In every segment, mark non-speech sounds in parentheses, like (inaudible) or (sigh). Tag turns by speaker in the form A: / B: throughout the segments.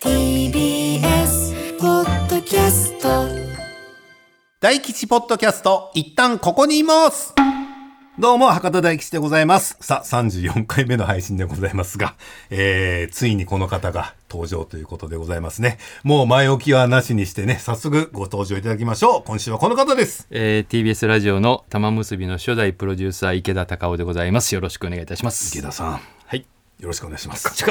A: TBS ポッドキャスト
B: 大吉ポッドキャスト、一旦ここにいますどうも、博多大吉でございます。さあ、34回目の配信でございますが、えー、ついにこの方が登場ということでございますね。もう前置きはなしにしてね、早速ご登場いただきましょう。今週はこの方です。
C: えー、TBS ラジオの玉結びの初代プロデューサー池田隆夫でございますよろしくお願いいたします
B: 池田さん、よ
C: はい
B: ろしくお願いします。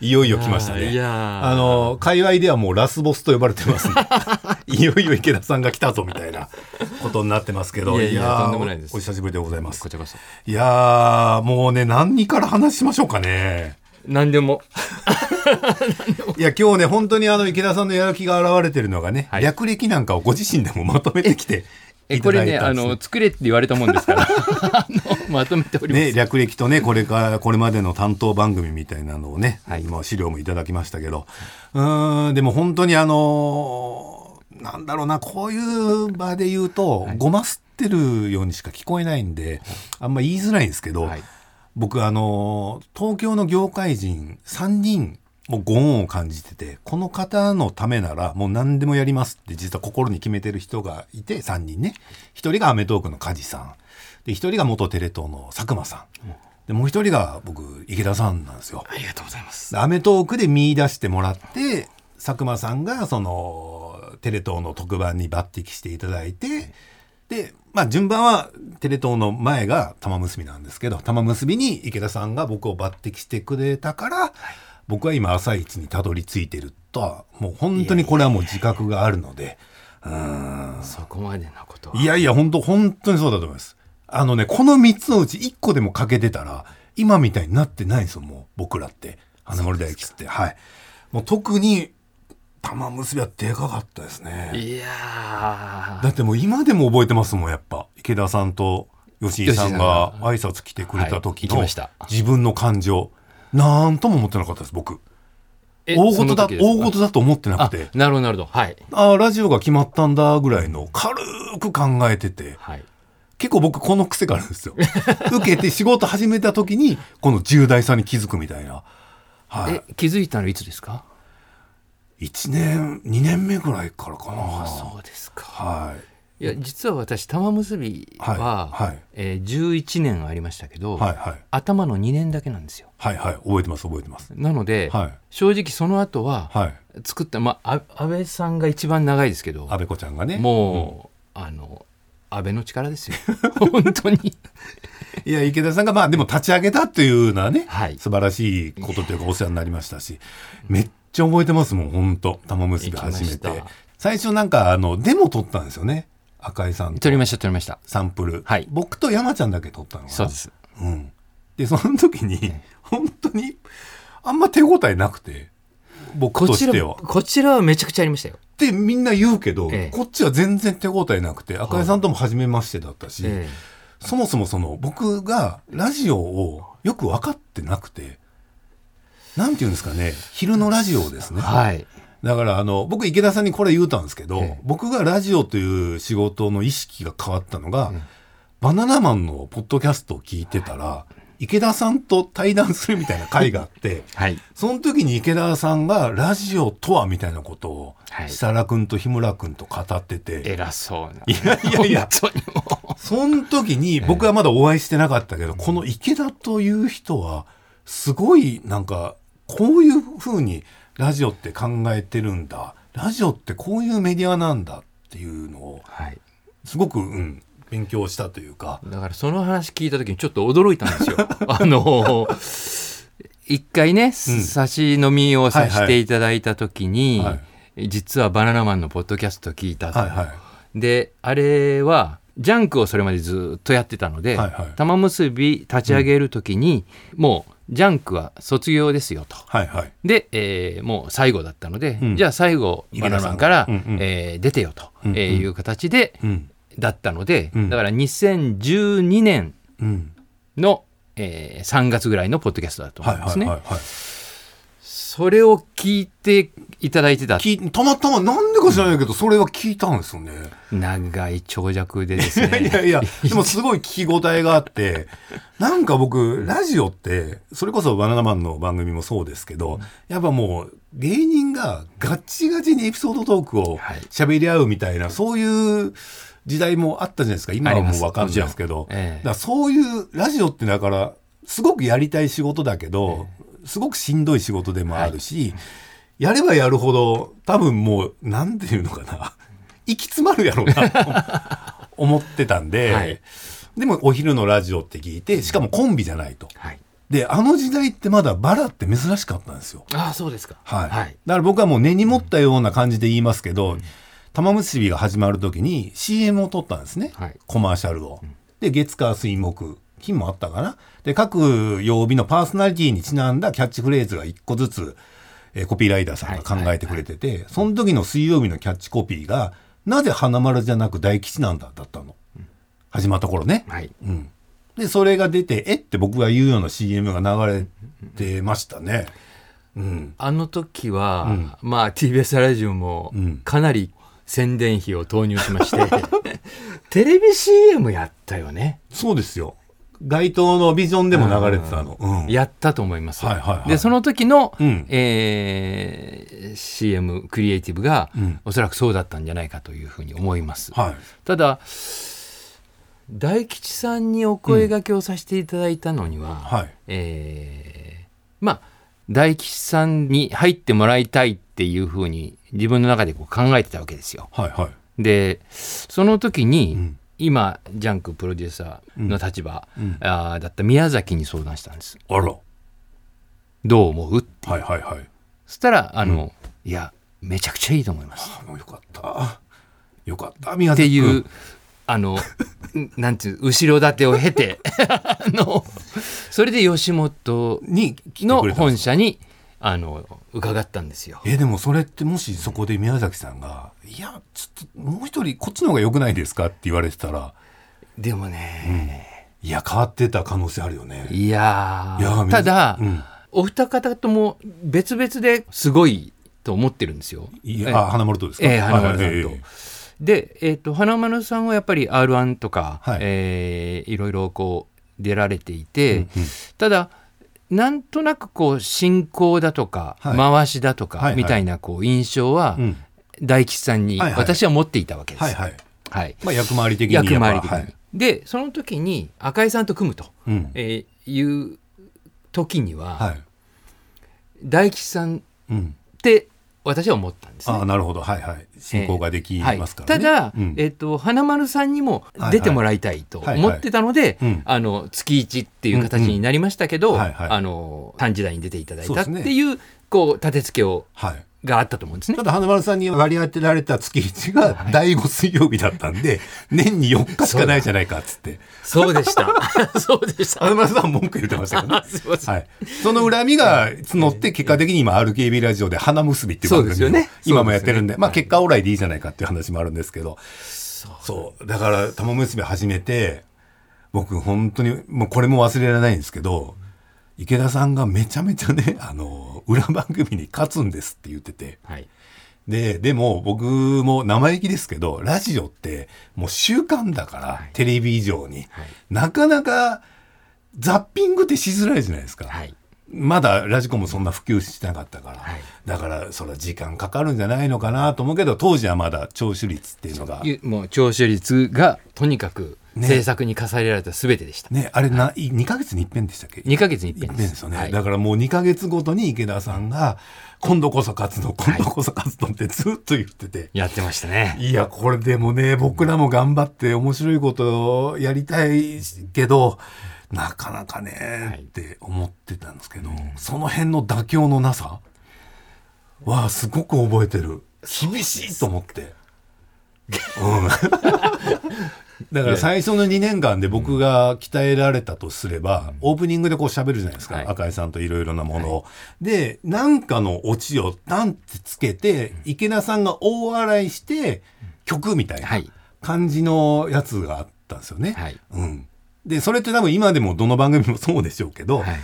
B: いよいよ来ましたね。
C: いやー
B: あの、界隈ではもうラスボスと呼ばれてますね。いよいよ池田さんが来たぞみたいなことになってますけど、
C: いやいや
B: ー
C: とんでもないです
B: お久しぶりでございます
C: こち。らこそ
B: いやー、もうね、何から話しましょうかね。
C: 何でも
B: いや、今日ね、本当にあの、池田さんのやる気が現れてるのがね、
C: はい
B: 略歴なんかをご自身でもまとめてきて
C: え
B: い
C: こ
B: ただ
C: れね
B: いた
C: あ
B: んですね
C: の作れって言われたもんです (laughs) からあのまとめております、
B: ね、略歴とね、これから、これまでの担当番組みたいなのをね、
C: はい
B: まあ資料もいただきましたけど、うーん、でも本当にあのーなんだろうな、こういう場で言うと、ごますってるようにしか聞こえないんで、あんま言いづらいんですけど、
C: はい
B: 僕あのー東京の業界人3人もうご恩を感じてて、この方のためならもう何でもやりますって実は心に決めてる人がいて、3人ね。1人がアメトーークの梶さん。で、1人が元テレ東の佐久間さん。で、もう1人が僕、池田さんなんですよ。
C: ありがとうございます
B: アメトーークで見出してもらって、佐久間さんがその、テレ東の特番に抜擢していただいて、で、まあ順番はテレ東の前が玉結びなんですけど、玉結びに池田さんが僕を抜擢してくれたから、僕は今朝一にたどり着いてるとは、もう本当にこれはもう自覚があるので、うーん。
C: そこまでのことはい
B: やいや、本当本当にそうだと思います。あのね、この3つのうち1個でも欠けてたら、今みたいになってないんですよ、もう、僕らって。花森大吉って。はい。もう特に、玉結びはでかかったですね。
C: いや
B: だってもう今でも覚えてますもん、やっぱ。池田さんと吉井さんが
C: 吉井さ
B: 挨
C: ん
B: 拶来てくれた時
C: はい行き
B: の
C: ました
B: 自分の感情。なんとも思ってなかったです、僕。
C: ー
B: 大事だ、
C: その時です
B: 大事だと思ってな
C: あ
B: くて。
C: なるほどなるほどはい
B: ああ、ラジオが決まったんだ、ぐらいの軽く考えてて。
C: はい
B: 結構僕この癖があるん
C: (laughs)
B: ですよ。受けて仕事始めた時に、この重大さに気づくみたいな。は
C: え気づいたのいつですか
B: い。1年、2年目ぐらいからかな。
C: そうですか
B: はい。
C: いや実は私玉結びは、
B: はいはい
C: えー、11年ありましたけど、
B: はいはい。
C: 頭の2年だけなんですよ
B: はいはい。覚えてます、覚えてます。
C: なので、
B: はい
C: 正直その後は、
B: はい。
C: 作った、まあ、あ安倍さんが一番長いですけど
B: 安、倍子ちゃんがね。
C: もう、あの、安倍の力ですよ。 (laughs) 本当 (laughs) に。
B: いや、池田さんが、まあでも立ち上げたっていうのはね、
C: はい
B: 素晴らしいことというかお世話になりましたし、めっちゃ覚えてますもん、ほんと。玉結び初め
C: 行き
B: て
C: ました。
B: 最初なんか、あの、デモ撮ったんですよね。赤井さんと
C: 撮りました、撮りました。
B: サンプル。
C: はい
B: 僕と山ちゃんだけ撮ったのかな。
C: そうです。
B: うん。で、その時に、本当に、あんま手応えなくて、僕
C: ことち
B: して
C: ら、
B: は。っ
C: こちらはめちゃくちゃありましたよ。
B: てみんな言うけど、
C: ええ
B: こっちは全然手応えなくて、赤井さんとも初めましてだったし、
C: え
B: そもそもその、僕がラジオをよく分かってなくて、なんて言うんですかね、昼のラジオですね。
C: えはい。
B: だからあの、僕池田さんにこれ言うたんですけど、
C: ええ
B: 僕がラジオという仕事の意識が変わったのが、バナナマンのポッドキャストを聞いてたら、池田さんと対談するみたいな回があって、
C: はい。
B: その時に池田さんがラジオとはみたいなことを、
C: はい
B: 設楽君と日村君と語ってて、
C: 偉そうな。
B: いやいやいや、
C: 本当にも
B: その時に僕はまだお会いしてなかったけど、この池田という人は、すごいなんか、こういう風にラジオって考えてるんだ。ラジオってこういうメディアなんだっていうのを
C: う。、はい。
B: すごく、うん、勉強したというか。
C: だからその話聞いた時にちょっと驚いた (laughs) んですよ。あの一回ね、差し飲みをさせていただいた時に、
B: はいは
C: 実はバナナマンのポッドキャスト聞いたと、
B: はいはい。
C: であれはジャンクをそれまでずっとやってたので、
B: はいはい
C: 玉結び立ち上げる時に、もうジャンクは卒業ですよと。
B: はいはい。
C: で、えーもう最後だったので、
B: うん
C: じゃあ最後
B: 池
C: バ
B: 田
C: ナ
B: さ
C: ナ
B: ん
C: マン
B: が
C: から、
B: うんうん
C: えー出てよと、
B: うんうん
C: えーいう形で、
B: うん。
C: だったので、
B: うん
C: だから2012年
B: うん。
C: の、え3月ぐらいのポッドキャストだと思
B: は
C: う
B: い
C: ん
B: は
C: ですね。
B: いはいはい。
C: それを聞いていただいてた
B: 聞いたまたまなんでか知らないけど、それは聞いたんですよね。
C: 長い長尺でで
B: (laughs)
C: す
B: いやいや
C: ね。
B: いや、でもすごい聞き応えがあって、なんか僕、ラジオって、それこそバナナマンの番組もそうですけど、やっぱもう、芸人がガチガチにエピソードトークを
C: はい
B: 喋り合うみたいな、そういう時代もあったじゃないですか。今はもうわかんないですけど。
C: ありますええ
B: だからそういう、ラジオってだから、すごくやりたい仕事だけど、すごくしんどい仕事でもあるし、やればやるほど、多分もう、なんていうのかな。 (laughs) 行き詰まるやろうなと
C: (laughs)
B: 思ってたんで、
C: はい
B: でもお昼のラジオって聞いて、しかもコンビじゃないと。
C: はい、
B: で、あの時代ってまだバラって珍しかったんですよ。
C: ああそうですか。
B: はい。
C: はい
B: だから僕はもう根に持ったような感じで言いますけど、玉結びが始まる時に CM を撮ったんですね。
C: はい
B: コマーシャルを。で、月火水木、金もあったかな。で、各曜日のパーソナリティにちなんだキャッチフレーズが一個ずつ、えーコピーライダーさんが考えてくれてて、その時の水曜日のキャッチコピーが、なぜ花丸じゃなく大吉なんだだったの。始まった頃ね。
C: はい。
B: うん。で、それが出て、えって僕が言うような CM が流れてましたね。うん。
C: あの時は、まあ TBS ラジオも
B: うん
C: かなり宣伝費を投入しまして、 (laughs) テレビ CM やったよね。
B: そうですよ。街頭のビジョンでも流れてたの。うん。
C: やったと思います。
B: はいはいはい
C: でその時の、
B: うん
C: えー CM クリエイティブが、
B: うん
C: おそらくそうだったんじゃないかというふうに思います。
B: はい。
C: ただ大吉さんにお声掛けをさせていただいたのには、
B: はい。
C: えーまあ大吉さんに入ってもらいたいっていうふうに自分の中でこう考えてたわけですよ。
B: はいはい。
C: でその時に、
B: うん
C: 今ジャンクプロデューサーの立場、
B: うん
C: あーだった宮崎に相談したんです。
B: あら。は
C: どう思うって
B: いはいはい。
C: そしたらあの、いやめちゃくちゃいいと思います
B: あもうよかった。よかった、宮
C: って
B: 崎
C: い
B: 君
C: う。あのなんていう後ろ盾を経て (laughs) あのそれで吉本
B: に来てく
C: の
B: れたんで
C: 本
B: す。
C: 社にあの伺ったんですよ。
B: え、でもそれってもしそこで宮崎さんが、いや、ちょっともう一人こっちの方が良くないですかって言われてたら、
C: でもね、
B: いや、変わってた可能性あるよね。
C: いやー
B: いやー
C: ただ、
B: うん
C: お二方とも別々ですごいと思ってるんですよ。
B: い
C: え
B: や、あ、花丸とですか
C: ええ花丸さんと
B: はい
C: で、えー、と花丸さんはやっぱり r 1とか、
B: はい
C: いえーいろいろこう出られていて、
B: うん
C: ただなんとなくこう進行だとか、
B: はい
C: 回しだと
B: はいは
C: か
B: い
C: みたいなこう印象は、
B: うん
C: 大吉さんに
B: はいはい
C: 私は持っていたわけです。
B: はいはい。
C: はい
B: まあ、役回り的にやっぱ。
C: 役回り的に。
B: はい
C: でその時に赤井さんと組むと、
B: うん。
C: えーいう時には、
B: はい。
C: 大吉さんっ
B: うん。
C: て私は思ったんです
B: あ
C: ね
B: あ、。なるほど。はいはい。進行ができますから
C: はい
B: ね。
C: ただ、
B: うん
C: えっと花丸さんにも
B: はいはい
C: 出てもらいたいと思ってたので、
B: はいはいうん
C: あの月一っていう形になりましたけど、
B: うんうんはいはい
C: あの短時代に出ていただいたって
B: そうで
C: いうこう立て付けを
B: はい。
C: があったと思うんですね
B: た。だ、花丸さんに割り当てられた月1が第5水曜日だったん
C: (laughs)
B: で、年に4日しかないじゃないかっつって。
C: そうで
B: (laughs)
C: した。 (laughs) そうでした。。
B: 花丸さんは文句言ってましたけどね
C: (laughs) すいません。
B: はい。その恨みが募って、結果的に今 RKB ラジオで花結びっていう番組を
C: そうですよね
B: 今もやってるんで、
C: そうですよね
B: まあ結果オーライでいいじゃないかっていう話もあるんですけど。そう。だから、玉結び始めて、僕本当に、もうこれも忘れられないんですけど、池田さんがめちゃめちゃね、あの、裏番組に勝つんですって言ってて。
C: はい。
B: で、でも僕も生意気ですけど、ラジオってもう習慣だから、
C: はい
B: テレビ以上に、
C: はい
B: なかなかザッピングってしづらいじゃないですか。
C: はい。
B: まだラジコンもそんな普及してなかったから、
C: はい
B: だからそれ時間かかるんじゃないのかなと思うけど、当時はまだ聴取率っていうのが、
C: ゆもう聴取率がとにかく
B: ね
C: 制作に課されられた全てでした。
B: ね、あれな、2ヶ月に一遍でしたっけ
C: 2ヶ月に
B: 一
C: 一
B: 遍
C: 遍
B: で
C: です
B: すよね、
C: はい
B: だからもう2ヶ月ごとに池田さんが、今度こそ勝つの、今度こそ勝つのってずっと言ってて、
C: やってましたね。
B: いや、これでもね、僕らも頑張って面白いことをやりたいけど、なかなか
C: は
B: ね
C: い、
B: って思ってたんですけど、その辺の妥協のなさはすごく覚えてる。厳しいと思って。うん。だから最初の2年間で僕が鍛えられたとすれば、オープニングでこう喋るじゃないですか、
C: はい
B: 赤井さんといろいろなものを。で、なんかのオチをダンってつけて、池田さんが大笑いして、曲みたいな
C: はい
B: 感じのやつがあったんですよね。
C: はい
B: うん。で、それって多分今でもどの番組もそうでしょうけど、
C: はい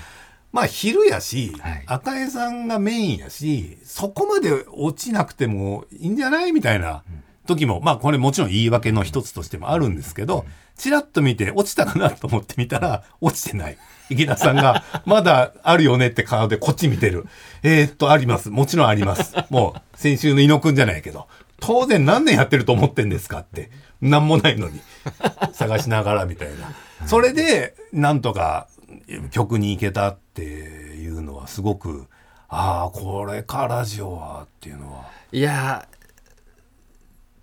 B: まあ昼やし、
C: はい
B: 赤江さんがメインやし、そこまで落ちなくてもいいんじゃないみたいな時も、まあこれもちろん言い訳の一つとしてもあるんですけど、チラッと見て落ちたかなと思ってみたら、落ちてない。池田さんが、 (laughs) まだあるよねって顔でこっち見てる。えー、っと、あります。もちろんあります。もう先週の猪野くんじゃないけど、当然何年やってると思ってんですかって。なんもないのに。探しながらみたいな。それで、なんとか曲に行けたっていうのはすごく、ああ、これかラジオはっていうのは。
C: いやー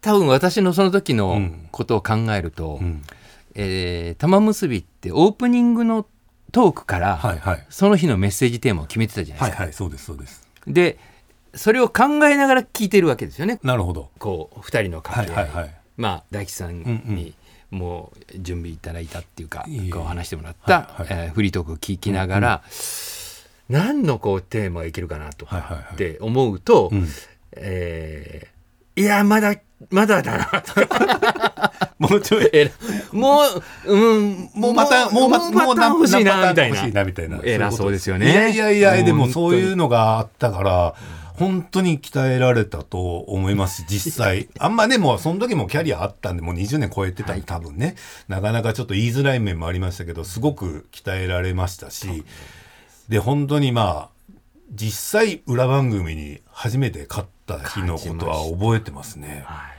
C: 多分私のその時
B: う
C: の
B: ん
C: ことを考えると、
B: うん。
C: えー玉結びってオープニングのトークから、
B: はいはい。
C: その日のメッセージテーマを決めてたじゃな
B: は
C: い
B: い
C: ですか。
B: はい、そうですそうです。
C: でそれを考えながら聞いてるわけですよね。
B: なるほど。
C: こう2人の
B: は
C: 関
B: い
C: 係、
B: はいはい。
C: まあ、大吉さん
B: うん
C: にもう準備いただいたっていうか、
B: いえいえ
C: こう話してもらった、
B: はいはい
C: えーフリートークを聞きながら、何のこうテーマがいけるかなと
B: はい
C: か
B: はいはい。
C: って思うと、
B: うん。
C: えーいやまだまだだなとか
B: もうちょい。
C: えーもう、うん、
B: もうまた、もうまた、
C: もうまた欲しいなみたい
B: もう
C: な
B: 欲しいなみたいな。
C: 偉そうですよね
B: いやいやいや、でもそういう
C: 本
B: のがあったから、本当に鍛えられたと思いますし、実
C: (laughs)
B: 際。あんまね、もうその時もキャリアあったんで、もう20年超えてたんで、多分ね、なかなかちょっと言いづらい面もありましたけど、すごく鍛えられましたし、で、本当にまあ、実際裏番組に初めて勝った日のことは覚えてますね。
C: はい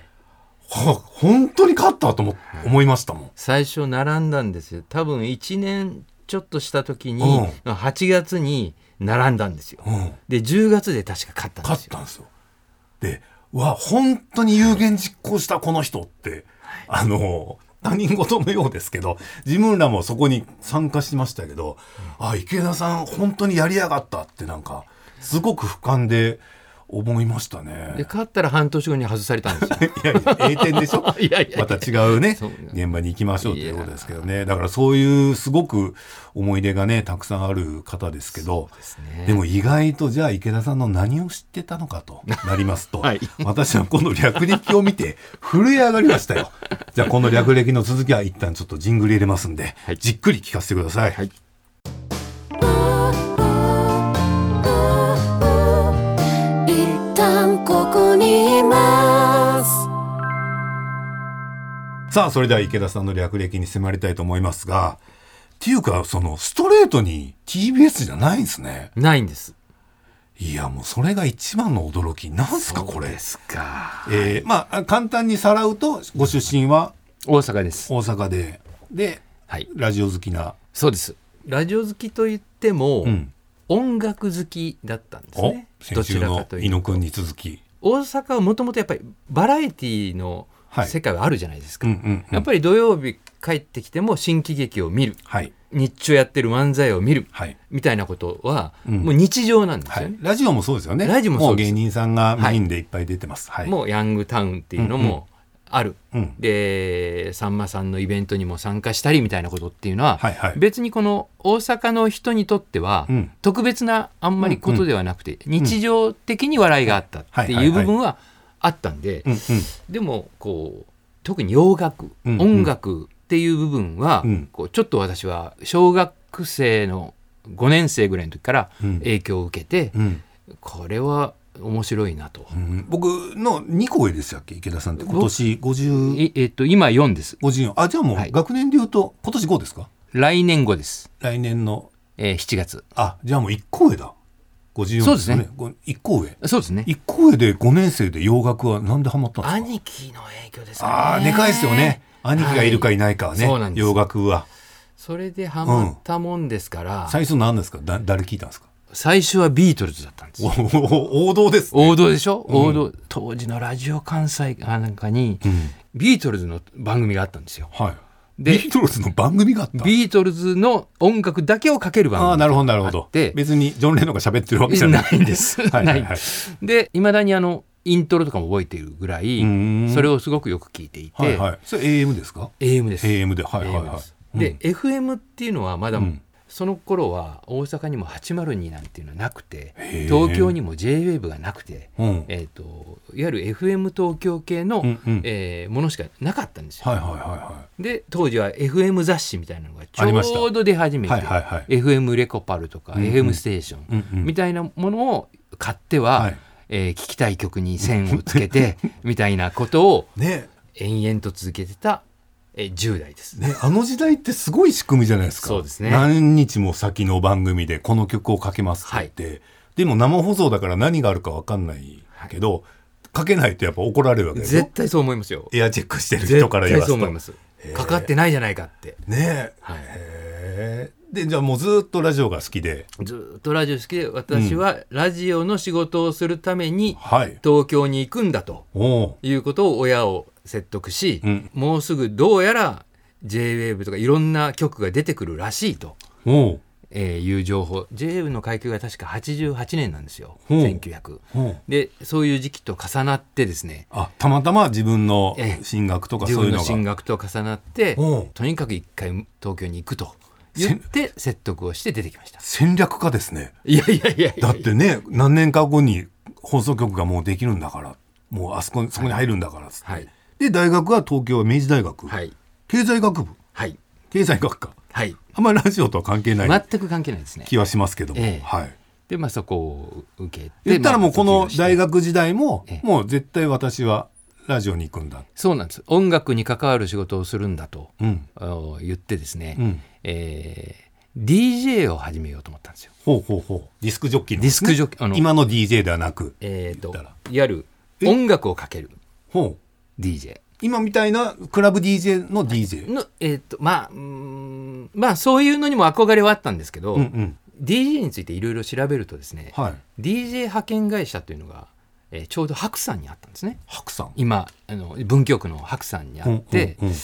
B: ほ本当に勝ったと思思いましたもん。
C: 最初並んだんですよ多分1年ちょっとした時に、
B: う
C: 8月に並んだんですよ、
B: うん。
C: で10月で確か勝ったんで
B: 勝っ
C: すよ
B: たんですよ。で、うわ、本当に有言実行したこの人って、あの、他人事のようですけど、自分らもそこに参加しましたけど、あ、池田さん本当にやりやがったってなんか、すごく俯瞰で思いました
C: で
B: ね。
C: 勝ったら半年後に外されたんですよ
B: (laughs) いやいや、栄転でしょ
C: いやいや
B: また違うね
C: そう、
B: 現場に行きましょうということですけどね。だからそういうすごく思い出がね、たくさんある方ですけど、
C: ね
B: でも意外とじゃあ池田さんの何を知ってたのかとなりますと、
C: はい
B: 私はこの略歴を見て震え上がりましたよ。じゃあこの略歴の続きは一旦ちょっとジングル入れますんで、
C: はい
B: じっくり聞かせてください。
C: はい
A: 一旦ここにいます
B: さあ、それでは池田さんの略歴に迫りたいと思いますが、っていうか、そのストレートに TBS じゃないんですね。
C: ないんです
B: いや、もうそれが一番の驚き。なんすか、これ。
C: すか
B: えーまあ、簡単にさらうと、ご出身は
C: 大阪です
B: 大阪で、で、
C: はい
B: ラジオ好きな。
C: そうですラジオ好きと言っても、
B: うん
C: 音楽好きだったんです
B: お
C: ねど
B: 先
C: ち
B: 週
C: らか
B: の
C: と
B: 猪
C: いう
B: 野
C: と
B: くんに続き。
C: 大阪はもともとやっぱりバラエティの
B: はい
C: 世界はあるじゃないですか、
B: うんうんうん
C: やっぱり土曜日帰ってきても新喜劇を見る
B: はい。
C: 日中やってる漫才を見る
B: はい。
C: みたいなことは、
B: うん
C: もう日常なんです
B: は
C: よ
B: い
C: ね、。
B: ラジオもそうですよね。
C: ラジオもそうで
B: う
C: す
B: 芸人さんがメインでいっぱい出てます。はい。
C: もうヤングタウンっていうのもある、
B: うん
C: でさんまさんのイベントにも参加したりみたいなことっていうのは、
B: はいはい
C: 別にこの大阪の人にとっては、
B: うん
C: 特別なあんまりことではなくて、日常的に笑いがあったっていう部分はあったんで、
B: うんうん。
C: でもこう特に洋楽、
B: うん
C: 音楽っていう部分は、
B: うん
C: こうちょっと私は小学生の5年生ぐらいの時から
B: うん
C: 影響を受けて、
B: うん
C: これは面白いなと。
B: うん僕の2個上でしたっけ池田さんって今年50、
C: いえっと、今4です。
B: 54。あ、じゃあも
C: はいう
B: 学年で言うと今年5ですか
C: 来年後です。
B: 来年の。
C: えー7月。
B: あ、じゃあもう1個上だ。54
C: そうですね。
B: ご1個上。
C: そうですね。
B: 1個上で5年生で洋楽はなんでハマったんです
C: 兄貴の影響です
B: か
C: かね。
B: ああー、でかいですよね。兄貴がいるかいないかはね。
C: そうなんです
B: 洋楽は。
C: それでハマったもんですから、
B: 最初何ですかだ誰聞いたんですか
C: 最初はビートルズだったんです
B: お。お王道ですね。
C: 王道でしょ、王道。当時のラジオ関西かなんかに、ビートルズの番組があったんですよ。
B: はい。
C: で
B: ビートルズの番組があった。
C: ビートルズの音楽だけをかける番組。
B: ああ、なるほど、なるほ
C: あっ
B: ど
C: て。
B: 別にジョン・レノンが喋ってるわけじゃない。
C: ないんです。
B: はいはいはい
C: ないで、いまだにあの、イントロとかも覚えているぐらい
B: うん
C: それをすごくよく聞いていて、
B: はいはい。それ AM ですか
C: AM です。
B: ?AM で、はいはい
C: AM
B: は
C: です
B: い。
C: で、FM っていうのはまだ、
B: うん
C: その頃は大阪にも802なんていうのはなくて
B: へー
C: 東京にも JWAVE がなくて、
B: うん、うん。
C: えー、といわゆる FM 東京系の、
B: うんうん
C: えーものしかなかったんですよ。
B: はいはいは
C: で当時は FM 雑誌みたいなのがち
B: ありました
C: ょうど出始め
B: い
C: て、
B: はい。はいはいはい。
C: FM レコパルとか、
B: うんうん
C: FM ステーション
B: うんうん
C: みたいなものを買っては、
B: はい
C: えー聞きたい曲に線をつけ
B: (laughs)
C: てみたいなことを
B: ね
C: 延々と続けてた、えー10代です。
B: ね、あの時代ってすごい仕組みじゃないですか。
C: そうですね
B: 何日も先の番組でこの曲をかけますって言って、でも生放送だから何があるかわかんないけど、かけないとやっぱ怒られるわけでしょ
C: 絶対そう思いますよ。
B: エアチェックしてる
C: 絶
B: 人から言
C: 対
B: わす
C: そう
B: と。
C: 思います。かかってないじゃないかって。
B: ねえ。
C: はい
B: へえで、じゃあもうずっとラジオが好きで。
C: ずっとラジオ好きで私はラジオの仕事をするために
B: はい。
C: 東京に行くんだと
B: おう
C: いうことを親を説得し、
B: うん
C: もうすぐどうやら JWAVE とかいろんな曲が出てくるらしいと、
B: おう
C: えーいう情報 JWAVE の階級が確か88年なんですよ
B: ほう
C: 1900
B: おう
C: でそういう時期と重なってですね
B: あ、たまたま自分の
C: ええ
B: 進学とか
C: 自
B: そうい
C: 分
B: う
C: の
B: のが。
C: 進学と重なって
B: うん
C: とにかく一回東京に行くと言って説得をして出てきました
B: 戦略家ですね。
C: いやいやいやいや
B: だってね、何年か後に放送局がもうできるんだから、もうあそこに、そこに入るんだからっつって、
C: はい
B: で、大学は東京は明治大学。
C: はい
B: 経済学部。
C: はい
B: 経済学科。
C: はい
B: あんまりラジオとは関係ない
C: 全く関係ないですね
B: 気はしますけども。
C: ええ
B: はい。
C: でまあそこを受けて
B: 言ったらもうこ
C: ま
B: の
C: あ卒業して
B: 大学時代も
C: ええ、
B: もう絶対私はラジオに行くんだ。
C: そうなんです音楽に関わる仕事をするんだと
B: うん。
C: あの言ってですね、
B: うん
C: えー DJ を始めようと思ったんですよ。
B: ほうほうほう。ディスクジョッキーの、
C: ディスクジョッキーあの
B: 今の DJ ではなく。
C: えー、とい
B: 言った
C: わ
B: ら
C: ゆる
B: え
C: 音楽をかける
B: ほう。
C: DJ
B: 今みたいなクラブ DJ の DJ。
C: の、えー、とまあうーんまあそういうのにも憧れはあったんですけど、
B: うんうん。
C: DJ についていろいろ調べるとですね、
B: はい。
C: DJ 派遣会社というのが、えーちょうど白山にあったんですね
B: 白さん。
C: 今あの文京区の白山にあって、
B: うんうんうん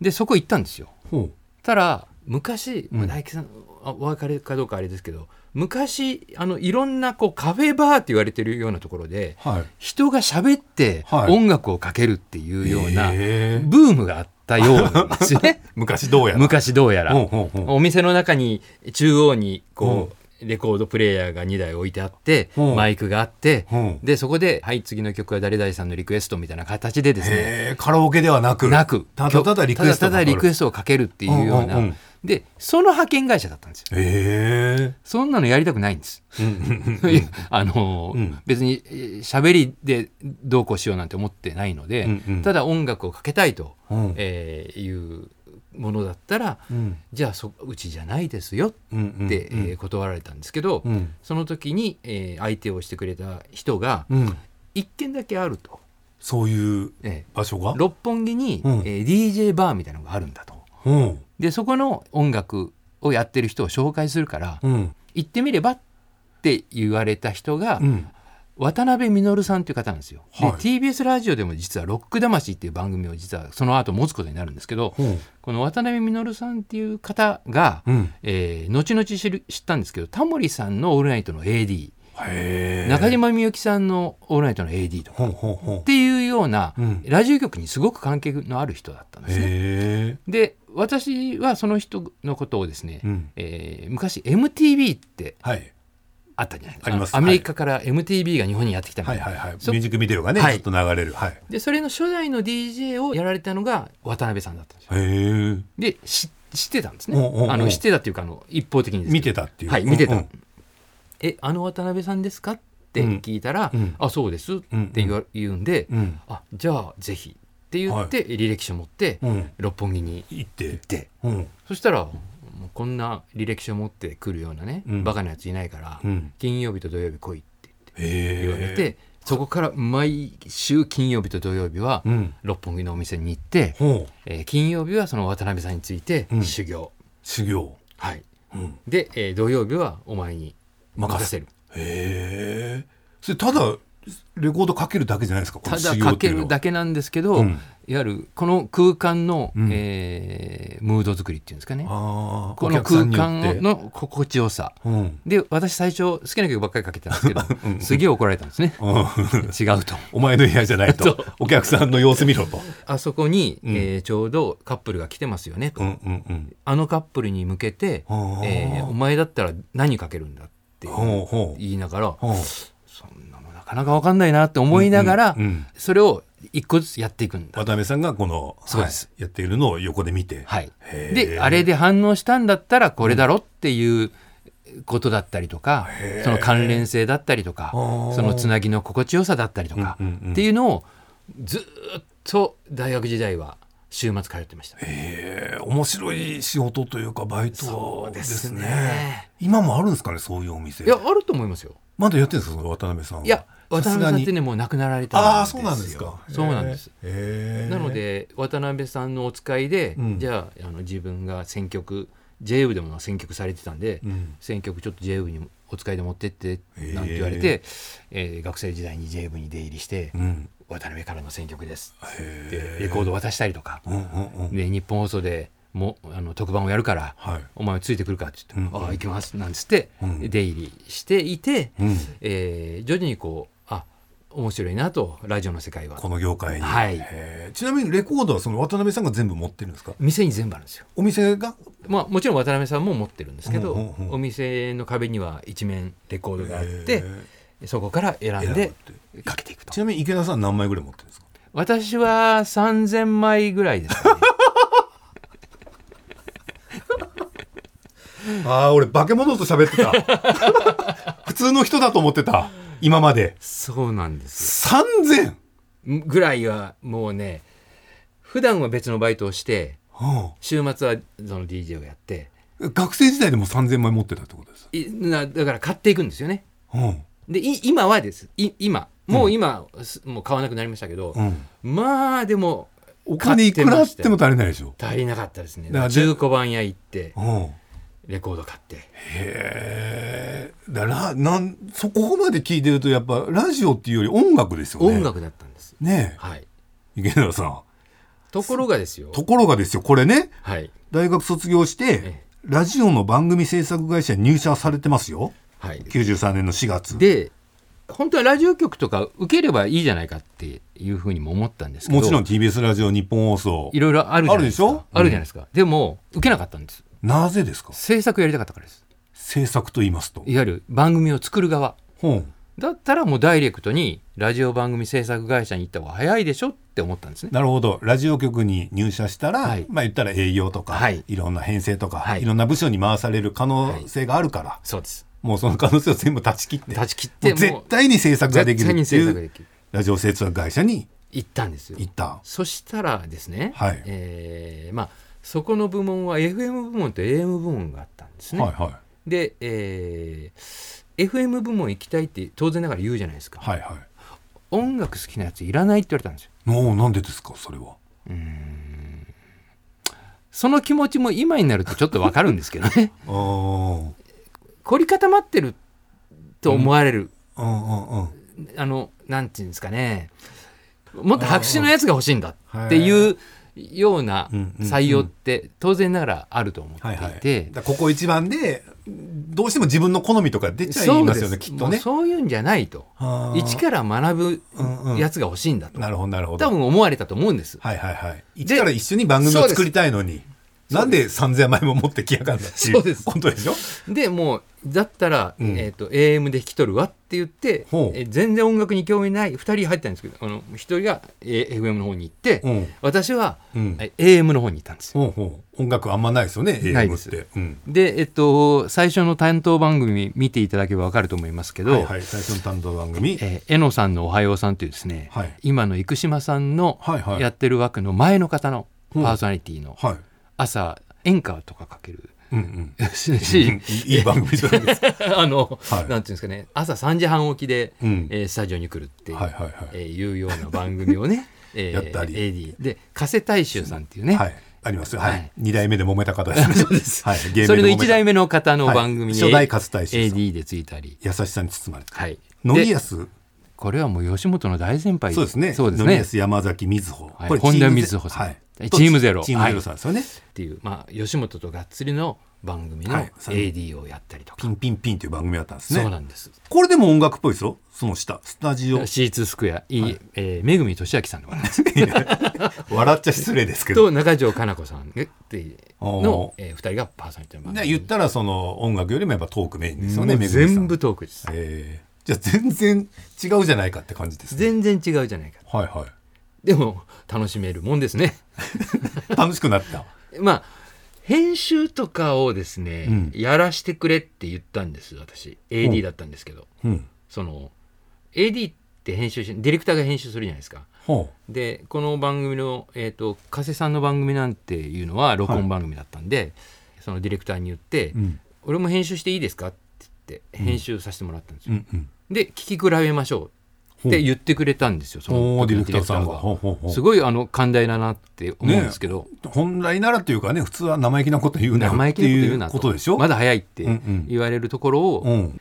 C: でそこ行ったんですよ。
B: ほ
C: ただ昔、
B: うん
C: 大吉さんあお別れかどうかあれですけど昔あのいろんなこうカフェバーって言われてるようなところで
B: う。はい。
C: 人が喋って
B: はい
C: 音楽をかけるっていうようなブ
B: へー
C: ームがあったようなんですよね
B: (laughs) 昔どうやら。
C: 昔どうやら、
B: ほうほうほう
C: お店の中に中央にこう、レコードプレーヤーが2台置いてあって、
B: うん
C: マイクがあって、
B: うん
C: でそこで「はい次の曲は誰々さんのリクエスト」みたいな形でですね
B: へえ、カラオケではなく。
C: なく
B: ただただリクエスト
C: ただただリクエストをかけるっていうような、
B: うんうんうん
C: でその派遣会社だったんですよ
B: ト。へ
C: そんなのやりたくないんです、いやあのー
B: うん
C: 別にえー喋りでどうこうしようなんて思ってないので、
B: うんうん
C: ただ音楽をかけたいと、
B: え。うん
C: えーいうものだったら、
B: うん
C: じゃあそうちじゃないですよって、
B: うんうん
C: えー断られたんですけど、
B: うん
C: その時に、えー相手をしてくれた人が
B: うん。
C: 一軒だけあると、
B: そういう
C: え
B: 場所が
C: ー六本木に、
B: うん
C: えー DJ バーみたいなのがあるんだと。
B: うん。
C: でそこの音楽をやってる人を紹介するから、
B: うん。
C: 行ってみればって言われた人が、
B: うん。
C: 渡辺実さんという方なんですよ、
B: はい
C: で TBS ラジオでも実は「ロック魂」っていう番組を実はその後持つことになるんですけど、
B: うん
C: この渡辺実さんっていう方が、
B: うん
C: えー後々知る知ったんですけどタモリさんの「オールナイト」の AD、
B: へえ。
C: 中島みゆきさんの「オールナイト」の AD とか
B: ほうほうほう
C: っ。ていうような、
B: うん
C: ラジオ局にすごく関係のある人だったんですね。
B: へえ。
C: で私はその人のことをですね、
B: うん
C: えー昔 MTV って
B: はい。
C: あったじゃないです
B: あ
C: か
B: ります
C: アメリカから MTV が日本にやってきたみた
B: はいい
C: な、
B: はいはい。ミ
C: そ
B: ュージックビデオがね、
C: はい
B: ずっと流れる。はい。
C: でそれの初代の DJ をやられたのが渡辺さんだったんですよ
B: へえ。
C: でし知ってたんですね
B: おうおうおう
C: あの知ってたっていうかあの一方的にですけ
B: 見
C: ど
B: てたっていう。
C: はい見てた、
B: うん
C: えあの渡辺さんですかって聞いたら、
B: うんうん
C: あそうですって言わ、言うんで、
B: うんうん。
C: あじゃあぜひって言って、履歴書持って、
B: うん
C: 六本木に
B: 行って
C: 行っ。て
B: うん。
C: そしたらもうこんな履歴書持ってくるようなね、
B: うん
C: バカなやついないから、
B: うん
C: 金曜日と土曜日来いって
B: へえ。
C: 言われて、。そこから毎週金曜日と土曜日は
B: うん。
C: 六本木のお店に行って、
B: ほう。
C: えー金曜日はその渡辺さんについて
B: うん
C: 修行、
B: 修行。
C: はい、
B: うん。
C: で、えー土曜日はお前に任せる
B: へえ。それただレコードかけるだけじゃないですか、この
C: ただ
B: 修行
C: か
B: って
C: け
B: いうのは
C: るだけなんですけど、
B: うん
C: いわゆるこの空間の、
B: ん
C: えームード作りっていうんですかね
B: あー
C: こ
B: お
C: の
B: 客さ
C: 空
B: んによって
C: 間の心地よさ
B: うん
C: で私最初好きな曲ばっかりかけてたんですけどすげえ怒られたんですね
B: うん
C: 違うと
B: お前の部屋じゃない
C: そ
B: と
C: う
B: お客さんの様子見ろと。
C: あそこに、えーちょうどカップルが来てますよねと、
B: うんうんうん
C: あのカップルに向けて、
B: ああ
C: えーお前だったら何かけるんだって
B: ほうほう
C: 言いながら
B: ほう
C: そんなもんなかなか分かんないなって思いながら、
B: うんうんうん
C: それを一個ずつやっていくんだ。
B: 渡辺さんがこの、
C: そうです
B: はいやっているのを横で見て、
C: はい、
B: へえ
C: であれで反応したんだったらこれだろっていうことだったりとかその関連性だったりとか
B: ー
C: そのつなぎの心地よさだったりとか
B: うんうんうん
C: っていうのをずーっと大学時代は週末通ってました。
B: えー面白い仕事というかバイトですね
C: そうですね
B: 今もあるんですかねそういうお店
C: いやあると思いますよ。
B: まだやってるんですかその渡辺さんはい
C: や渡
B: さす
C: 辺
B: が
C: さん
B: に
C: ってねもう亡くなられた
B: ああそうなんですか
C: そうなんです。
B: へー
C: なので渡辺さんのお使いで、
B: うん
C: じゃああの自分が選曲 j w でも選曲されてたんで、
B: うん
C: 選曲ちょっと j w にお使いで持ってって
B: へえ
C: なんて言われて、えー学生時代に j w に出入りして、
B: うん
C: 渡辺からの選曲ですっ
B: へ
C: てレコード渡したりとか、
B: うんうんうん
C: で日本放送でもあの特番をやるから、
B: はい
C: お前ついてくるかって言って「
B: うん
C: ああ行きます」なんつって
B: うん
C: 出入りしていて、
B: うん
C: えー徐々にこうあ面白いなとラジオの世界は
B: この業界に、
C: はい
B: へーちなみにレコードはその渡辺さんが全部持ってるんですか
C: 店に全部あるんですよ。
B: お店が
C: まあ、もちろん渡辺さんも持ってるんですけど、
B: うんうんうん
C: お店の壁には一面レコードがあっ
B: へ
C: てそこから選んでかけていく
B: ち
C: と
B: なみに池田さん何枚ぐらい持ってるんですか
C: 私は3000枚ぐらいです
B: (laughs)
C: かね
B: ああ、俺、化け物と喋ってた。 (laughs) 普通の人だと思ってた。今まで。
C: そうなんです
B: 3000!
C: よぐらいはもうね普段は別のバイトをして
B: は
C: 週末はその DJ をやって
B: あ、学生時代でも3000枚持ってたってことです。
C: いなだから買っていくんですよね
B: うん。
C: でい今はですい今もう今、すもう買わなくなりましたけど、
B: うん。
C: まあでも
B: お金いくらあっても足りないでしょ。
C: 足りなかったですね
B: だからで
C: 中古版屋行って
B: うん。へ
C: レコード買って
B: え。だら、なん、そこまで聞いてると、やっぱ、ラジオっていうより音楽ですよね。
C: 音。楽だったんです、
B: ね
C: はい
B: え。池田さん。
C: ところがですよ
B: ところがですよ、これね、
C: はい
B: 大学卒業し
C: え
B: て、ラジオの番組制作会社に入社されてますよ。
C: はい
B: 93年の4月。
C: で本当はラジオ局とか受ければいいじゃないかっていうふうにも思ったんですけど
B: もちろん TBS ラジオ日本放送
C: いろいろあるじゃないですか
B: あるでしょ
C: あるじゃないですか、でも受けなかったんです
B: なぜですか
C: 制作やりたかったからです
B: 制作と言いますと
C: いわゆる番組を作る側
B: 本
C: だったらもうダイレクトにラジオ番組制作会社に行った方が早いでしょって思ったんですね
B: なるほどラジオ局に入社したら、
C: はい
B: まあ言ったら営業とか、
C: はいい、
B: ろんな編成とか、、
C: はいい
B: ろんな部署に回される可能性があるから、
C: そうです
B: もうその可能性を全部断ち切って
C: 断ち切って
B: もう絶対に制作ができるって
C: 絶対に制作が
B: い
C: で
B: う
C: きる
B: ラジオ制作会社に
C: 行ったんですよ
B: 行った
C: そしたらですね、
B: はい
C: えーまあ、そこの部門は FM 部門と AM 部門があったんですね。
B: はいはい
C: で、えー FM 部門行きたいって当然ながら言うじゃないですか、
B: はいはい
C: 音楽好きなやついらないって言われたんですよ。
B: おーなんでですかそれは
C: その気持ちも今になるとちょっとわかるんですけど (laughs) ね
B: あー
C: 凝り固まってると思われる、
B: うんうんうん
C: あのなんていうんですかねもっと白紙のやつが欲しいんだっていうような採用って当然ながらあると思って
B: はい
C: いて、
B: はいだからここ一番でどうしても自分の好みとか出ちゃいますよねきっと
C: もう
B: ね
C: そういうんじゃないと
B: あー
C: 一から学ぶやつが欲しいんだと、
B: なるほどなるほど
C: 多分思われたと思うんです
B: はいはいはい。一
C: で
B: から一緒に番組を作りたいのに、なんで3000枚も持ってきやがるんだってい
C: そうで
B: う
C: す
B: ことでしょ
C: でもうだったら、
B: うん
C: えー、と AM で引き取るわって言って、
B: ほう
C: えー全然音楽に興味ない2人入ったんですけどあの1人が、えー FM の方に行って、
B: うん
C: 私は、
B: うん
C: えー AM の方に行ったんですよ
B: ほうほう音楽あんまないですよね、
C: ない
B: AM
C: で
B: っ
C: す
B: て。うん
C: で、えっと、最初の担当番組見ていただけば分かると思いますけど、
B: はいはい、最初の担当番組。
C: えー、えのさんの「おはようさん」というですね、
B: はい
C: 今の生島さんの
B: はいはい
C: やってる枠の前の方のパーソナリティの
B: はい。
C: 朝演歌とかかける
B: うんうん
C: し、
B: いいいい番組じゃないですか。
C: (laughs) あの、
B: はい
C: なんていうんですかね朝3時半起きで、
B: うん
C: えースタジオに来る (laughs) っていう,、
B: はいはいはい
C: えーいうような番組
B: (laughs)
C: をね、えー
B: やったり
C: AD で加瀬大衆さんっていうね、
B: はい。ありますよ。は
C: はいい。
B: 二代目で揉めた方ですね。そうです。はい。芸名
C: (laughs) それの
B: で揉めた
C: 1代目の方の番組に、
B: はい初代加瀬大衆さん
C: AD でついたり、
B: 優しさに包まれて。
C: はい、
B: 野
C: で
B: 木安
C: これはもう吉本の大先輩
B: そうですね。
C: そうです
B: 飲み
C: ね
B: やす山崎みずほ。
C: はい
B: これ
C: 本
B: チ
C: 田
B: ーム
C: 瑞穂さん
B: はい。
C: チームゼロ
B: チームゼロさんですよね。
C: っていう、まあ、吉本とがっつりの番組の
B: はい
C: AD をやったりとか、
B: ピンピンピンという番組だったんです
C: そう
B: ね。
C: なんです
B: これでも音楽っぽいですよ。その下。スタジオ。
C: C2 スクエア、いいえー、めぐみとしあきさんでございます
B: 笑っちゃ失礼ですけ
C: (laughs)
B: ど。
C: と中条かな子さんがっていうの
B: お、
C: えー、2人がパーソナリティの番
B: で
C: 組
B: 言ったらその音楽よりもやっぱトークメインですよね、
C: もう
B: めぐみさん
C: 全部。トークです、
B: えーじゃあ全然違うじゃないかって感じですね。
C: 全然違うじゃないか
B: はいはい。
C: でも楽しめるもんですね (laughs)
B: 楽しくなった。
C: まあ編集とかをですね、
B: うん
C: やらしてくれって言ったんです私
B: う
C: AD
B: ん
C: だったんですけど
B: うん。
C: その AD って編集しディレクターが編集するじゃないですか
B: ほう。
C: でこの番組の、えー、と加瀬さんの番組なんていうのは録音番組だったんで、そのディレクターに言って、
B: うん。
C: 俺も編集していいですか?」って言って編集させてもらったんです
B: う
C: よ、
B: んうん。
C: で聞き比べましょうって言ってくれたんですよそ
B: お
C: の
B: ーディレクターさんが。
C: ディレクタ
B: ほうほうほう
C: すごいあの寛大だなって思うんですけど、
B: 本来ならっていうかね普通は生意気なこと言うなよ
C: 生意
B: っ
C: 気
B: て
C: なこと
B: い
C: 言うな
B: う
C: と
B: ことでしょ
C: まだ早いって
B: うんうん
C: 言われるところを、
B: うん、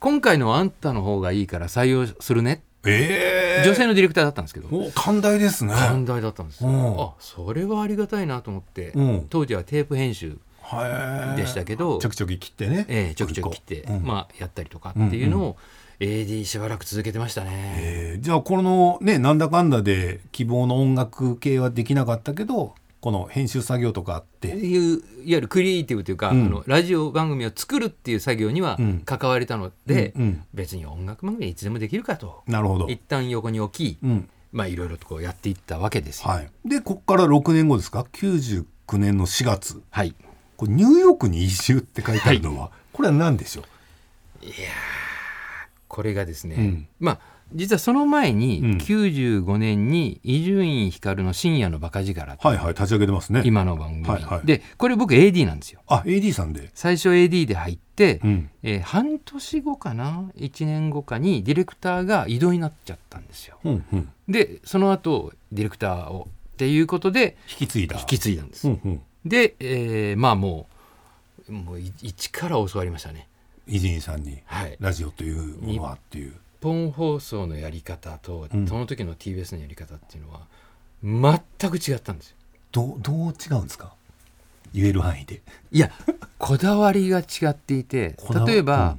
C: 今回のあんたの方がいいから採用するね、
B: ええ
C: 女性のディレクターだったんですけど
B: お寛大ですね
C: 寛大だったんですよ、
B: うん
C: あそれはありがたいなと思って、
B: うん
C: 当時はテープ編集
B: はい
C: でしたけど、
B: ちょきちょき切ってね
C: ええちょきちょき切って、
B: 一個一個うん
C: まあ、やったりとかっていうのを、AD しばらく続けてましたね。
B: えーじゃあこのねなんだかんだで希望の音楽系はできなかったけどこの編集作業とかあっ
C: って
B: て
C: いういわゆるクリエイティブというか、
B: うん
C: あのラジオ番組を作るっていう作業には
B: うん
C: 関われたので、
B: うんうん
C: 別に音楽番組はいつでもできるかと
B: なるほど
C: 一旦横に置き、
B: うん
C: まあ、いろいろとこうやっていったわけですよ。
B: はいでこっから6年後ですか99年の4月
C: はい、
B: これニューヨークに移住って書いてあるのは、これは何でしょう
C: これがですね、
B: うん
C: まあ実はその前に、
B: うん
C: 95年に伊集院光の「深夜のバカ力」って
B: はいはい立ち上げてますね
C: (laughs) 今の番組、
B: はいはい
C: でこれ僕 AD なんですよ。
B: あ AD さんで
C: 最初 AD で入って、
B: うん
C: えー半年後かな1年後かにディレクターが異動になっちゃったんですよ。
B: うんうん
C: でその後ディレクターをっていうことで
B: 引き継いだ
C: 引き継いだんです、
B: うんうん
C: で、えーまあもうもうい一から教わりましたね
B: 伊集院さんに
C: はい
B: ラジオというものはっていう
C: 日本放送のやり方と、
B: うん
C: その時の TBS のやり方っていうのは全く違ったんですよ
B: どうどう違うんですか言える範囲で
C: いやこだわりが違っていて
B: こだわ
C: 例えば、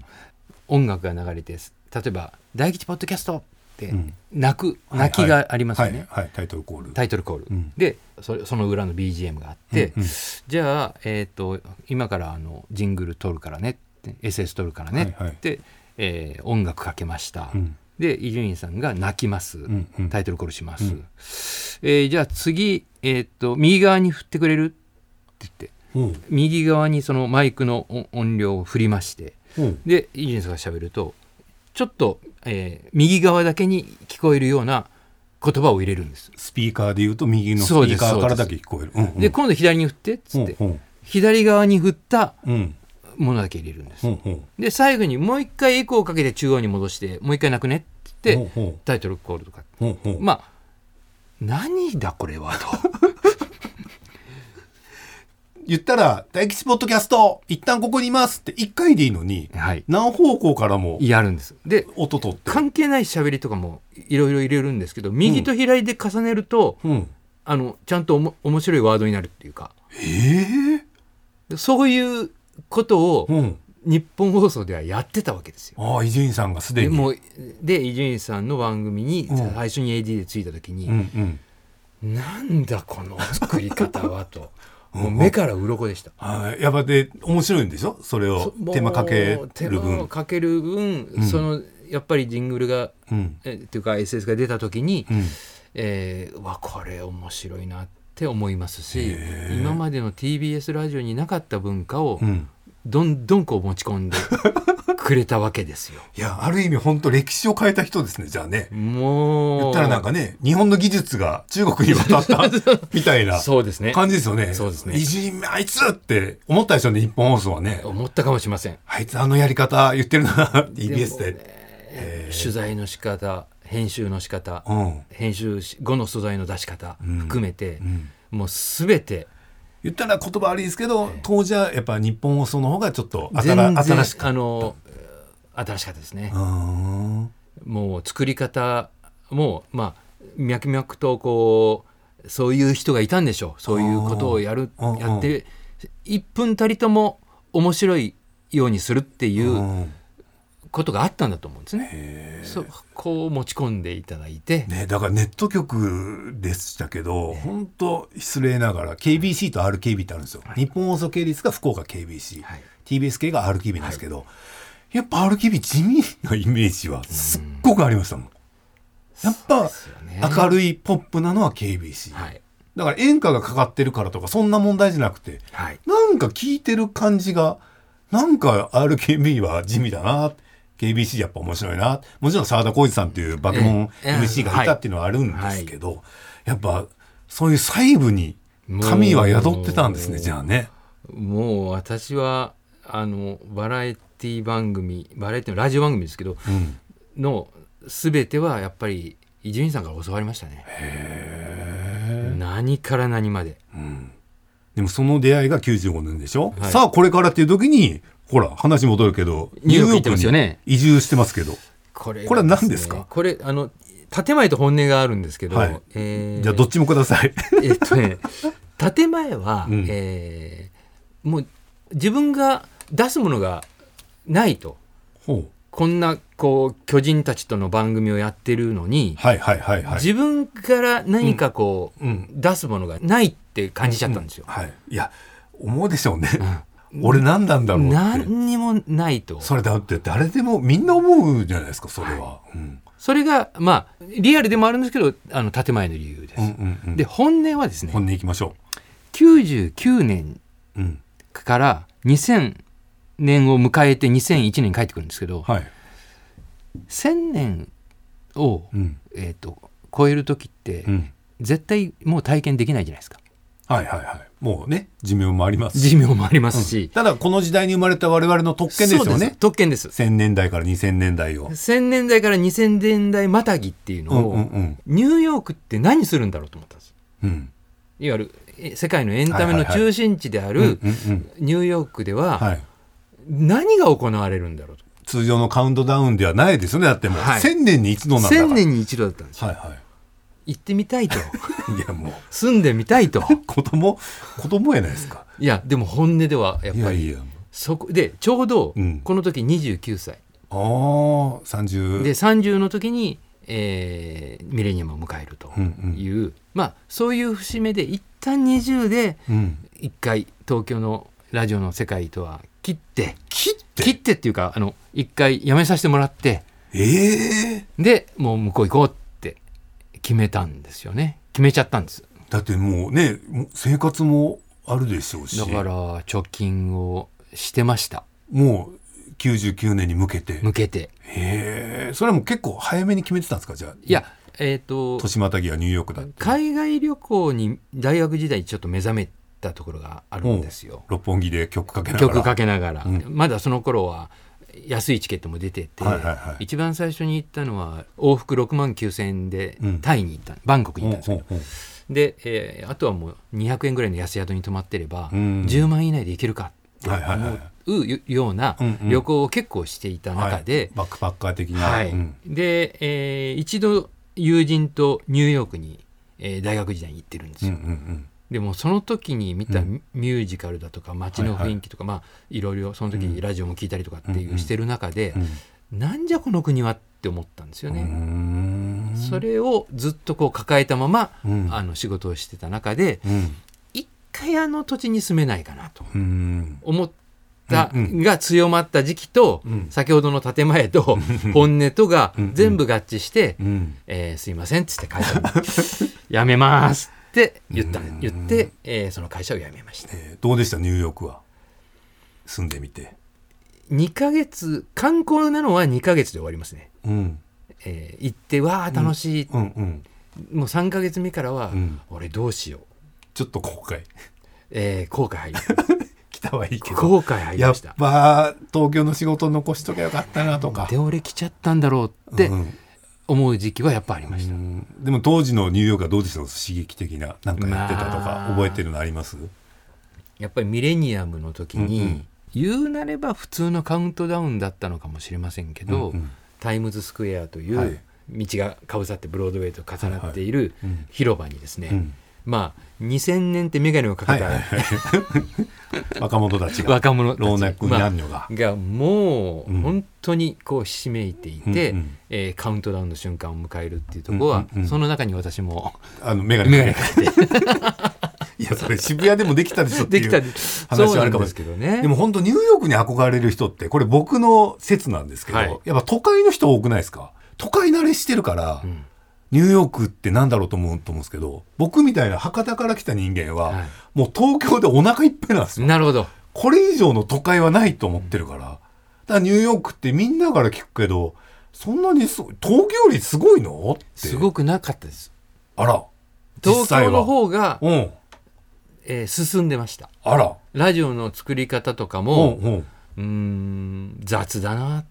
C: 音楽が流れて例えば「大吉ポッドキャスト」って
B: うん
C: 泣く、泣きがありますよね、
B: はい、はい、タイトルコール
C: タイトルコール、
B: うん
C: でそれその裏の BGM があって、
B: うんうん
C: じゃあ、えー、と今からあのジングル撮るからねって SS 撮るからね
B: はいはい
C: って、えー音楽かけました、
B: うん
C: で伊集院さんが泣きます、
B: んうん
C: タイトルコールします、
B: うん
C: えーじゃあ次、えー、と右側に振ってくれるって言っ
B: う
C: て
B: ん
C: 右側にそのマイクの音音量を振りまして
B: うん
C: で伊集院さんが喋るとちょっと、えー右側だけに聞こえるような言葉を入れるんです。
B: スピーカーで言うと右のスピ
C: そうで
B: ー
C: す
B: カーから
C: そ
B: だ
C: う
B: け
C: で
B: 聞こえるうんうん
C: で今度左に振ってっつって、
B: うん
C: 左側に振った
B: うん
C: ものだけ入れるんです、
B: うんうん
C: で最後にもう一回エコーをかけて中央に戻してもう一回なくねって言って、
B: ほうほう
C: タイトルコールとか
B: うんうん
C: まあ何だこれはと
B: 言ったら「大吉ポッドキャスト一旦ここにいます」って1回でいいのに
C: (laughs) はい
B: 何方向からも
C: やるんですで
B: 音取って
C: 関係ない喋りとかもいろいろ入れるんですけど右と左で重ねると、
B: うん
C: あのちゃんとおも面白いワードになるっていうか
B: ええ
C: でそういうことを
B: うん
C: 日本放送ではやってたわけですよ
B: ああ伊集院さんがすで
C: で
B: に
C: もうで伊集院さんの番組に
B: うん
C: 最初に AD でついた時に、
B: うんうん
C: なんだこの作り方
B: (laughs)
C: はともう目から鱗でした。
B: はい、やっぱで面白いんでしょそれを
C: そもう
B: 手間かけ
C: 手
B: る
C: 間を
B: 分。
C: かける分、そのやっぱりジングルが
B: うん
C: えっていうか SS が出た時に、
B: うん
C: えーわこれ面白いなって思いますし今までの TBS ラジオになかった文化を
B: うん、
C: どんどんこう持ち込んでくれたわけですよ。
B: いやある意味本当歴史を変えた人ですねじゃあね。
C: (laughs) もう
B: 言ったらなんかね日本の技術が中国に渡った
C: (laughs)
B: みたいな
C: そうですね
B: 感じですよね。
C: そうですね
B: いじめあいつって思ったでしょうね日本放送はね。
C: 思ったかもしれません。
B: あいつあのやり方言
C: (laughs)
B: ってるな TBS で。
C: 取材の仕方編集の仕方、
B: うん
C: 編集し後の素材の出し方
B: ん
C: 含めて、
B: ん
C: もう全て
B: 言ったら言葉悪いですけど、当時はやっぱ日本放送の方がちょっと新
C: 全然
B: 新しく。
C: あの新しかったですね
B: う、ーん
C: もう作り方もまあ脈々とこうそういう人がいたんでしょうそういうことをやる
B: あー
C: やって1分たりとも面白いようにするっていううんことがあったんだと思うんですね。そこを持ち込んでいただいて、
B: ね、だからネット局でしたけど、本当失礼ながら KBC と RKB ってあるんですよ、日本放送系列が福岡 KBC、
C: はい
B: TBS 系が RKB なんですけど、やっぱ RKB 地味なイメージはすっごくありましたもん、やっぱ明るいポップなのは KBC、
C: はい
B: だから演歌がかかってるからとかそんな問題じゃなくて
C: はい
B: なんか聞いてる感じがなんか RKB は地味だな KBC やっぱ面白いなもちろん澤田浩二さんっていう爆問
C: ええ
B: MC がいたっていうのはあるんですけど、やっぱそういう細部に
C: もう
B: 神は宿ってたんですねじゃあね。
C: もう私はあのバラエティ番組バラエティのラジオ番組ですけど、
B: ん
C: の全てはやっぱり伊集院さんから教わりましたね。何から何まで。
B: でもその出会いが95年でしょ、
C: はい
B: さあこれからっていう時にほら話戻るけど
C: ニューヨーク行ってますよね
B: ニューヨークに移住してますけど、
C: これが
B: これは何ですか
C: ねこれあの建前と本音があるんですけど、
B: はい
C: えー
B: じゃあどっちもください。
C: (laughs) えっとね建前は、
B: うん
C: えーもう自分が出すものがないと
B: ほう
C: こんなこう巨人たちとの番組をやってるのに、
B: はいはいはいはい。
C: 自分から何かこう、
B: うんうん
C: 出すものがないって感じちゃったんですよ。
B: はい、いや思うでしょうね、俺何なんだろうって
C: 何にもないとそ
B: それだって誰でもみんな思うじゃないですかそれは、うん
C: れがまあリアルでもあるんですけどあの建前の理由です。
B: うんうんうん
C: で本音はですね
B: 本音いきましょ
C: 99年
B: う、うん、
C: から2000年を迎えて2001年に帰ってくるんですけど、
B: はい、
C: 1000年を、
B: うん
C: えー、と超える時って、
B: うん、
C: 絶対もう体験できないじゃないですか
B: はいはいはいもうね寿命もありますし
C: 寿命もありますし、
B: ただこの時代に生まれた我々の特権です
C: そ
B: よ
C: う
B: ね
C: 特権です
B: 1000年代から2000年代を
C: 1000年代から2000年代またぎっていう
B: う
C: の
B: ん
C: を、
B: うんうん
C: ニューヨークって何するんだろうと思ったんです
B: うん
C: いわゆるえ世界のエンタメの中心地であ
B: うん
C: る
B: うんうん
C: ニューヨークでは
B: はい
C: 何が行われるんだろうと、
B: 通常のカウントダウンではないですよねだってもう、
C: はい
B: 1000年に一度なんだから
C: 1000年に一度だったんですよ、
B: はいは
C: 行ってみ
B: (laughs)
C: たいと
B: いいやもう
C: 住んでみたいと
B: 子供子供やないですか
C: いやでも本音ではやっ
B: いや
C: ぱり
B: いや
C: そこでちょうど
B: うん
C: この時29歳、
B: ああ30
C: で30の時に、えーミレニアムを迎えるという、まあそういう節目で一旦20で
B: うん、
C: 一回東京のラジオの世界とは切って
B: 切って
C: 切ってっていうかあの一回やめさせてもらって
B: ええ
C: でもう向こう行こうって決めたんですよね決めちゃったんです
B: だってもうねもう生活もあるでしょうし
C: だから貯金をしてました
B: もう99年に向けて
C: 向けて
B: へえそれはもう結構早めに決めてたんですかじゃあ
C: いやえっ、と
B: 年またぎはニューヨークだって
C: 海外旅行に大学時代ちょっと目覚めたところがあるんですよ。
B: 六本木で曲かけながら
C: 曲かけながら、
B: うん
C: まだその頃は安いチケットも出てて、
B: はいはいはい
C: 一番最初に行ったのは往復6万9,000円で
B: うん
C: タイに行った、バンコクに行ったん
B: ほう
C: ですけど、
B: ほうほう
C: で、えーあとはもう200円ぐらいの安宿に泊まってれば、
B: うん
C: 10万円以内で行けるかって
B: はいはいはい
C: 思うような
B: うんうん
C: 旅行を結構していた中で、
B: はいバックパッカー的な、
C: はい
B: うん
C: で、えー一度友人とニューヨークに、えー大学時代に行ってるんです
B: うんう
C: よ。
B: んうん
C: でもその時に見た
B: う
C: ミュージカルだとか街の雰囲気とか、まあいろいろその時ラジオも聞いたりとかっていううんしてる中で
B: う、ん
C: なんじゃこの国はって思ったんですよ
B: うー
C: ね。
B: ん
C: それをずっとこう抱えたまま、
B: うん
C: あの仕事をしてた中で
B: うん
C: 一回あの土地に住めないかなと
B: うん
C: 思った
B: うんうん
C: が強まった時期と、
B: うん
C: 先ほどの建前と本音とが
B: うん
C: 全部合致して
B: うん
C: えーすいません」っつって会 (laughs) 社に「辞めます」って言った
B: うん
C: 言って、えーその会社を辞めました
B: えーどうでしたニューヨークは住んでみて
C: 2ヶ月観光なのは2ヶ月で終わりますね、
B: うん
C: えー行ってわあ楽しい、
B: うんうん
C: もう3ヶ月目からは、
B: うん
C: 俺どうしよう、
B: ちょっと後悔 (laughs)
C: えー後悔入り
B: 来たはいいけど
C: (laughs) 後悔入り
B: やっ
C: ました
B: ぱ東京の仕事残しときゃよかったなとか
C: で俺来ちゃったんだろうって
B: うん
C: 思う時期はやっぱありました、
B: うんでも当時のニューヨークはどうでした刺激的ななんかやってたとか
C: まあ
B: 覚えてるのあります
C: やっぱりミレニアムの時に、
B: うんうん
C: 言うなれば普通のカウントダウンだったのかもしれませんけど、
B: うんうん
C: タイムズスクエアとい
B: は
C: う
B: い
C: 道がかぶさってブロードウェイと重なってい
B: は
C: る
B: いうん
C: 広場にですね、
B: うん
C: まあ2000年って眼鏡をか
B: は
C: け
B: い
C: た
B: はい
C: (laughs)
B: はい。若者たちが。
C: 若者たち
B: 老若男女が。
C: がも
B: う
C: うん本当にこうひしめいていて、
B: うんうん
C: えーカウントダウンの瞬間を迎えるっていうところは、
B: うんうんうん
C: その中に
B: (laughs)
C: 私も
B: あの、メガ
C: 眼鏡
B: ネ。
C: かけて
B: いや、それ渋谷でもできたでしょって
C: で
B: い
C: き
B: う
C: たり
B: 話はあるかもしれない
C: そうなんですけどね
B: でも本当ニューヨークに憧れる人って、これ僕の説なんですけど、
C: はい
B: やっぱ都会の人多くないですか都会慣れしてるから、
C: ん
B: ニューヨークってなんだろうと思うと思うんですけど、僕みたいな博多から来た人間は、
C: はい
B: もう東京でお腹いっぱいなんですよ。
C: なるほど
B: これ以上の都会はないと思ってるから。だからニューヨークってみんなから聞くけど、そんなにすごい東京よりすごいのって。
C: すごくなかったです
B: あら。
C: 東京の方が、
B: うん。
C: えー進んでました
B: あら。
C: ラジオの作り方とか
B: うん
C: も
B: うん。
C: うーん雑だなっ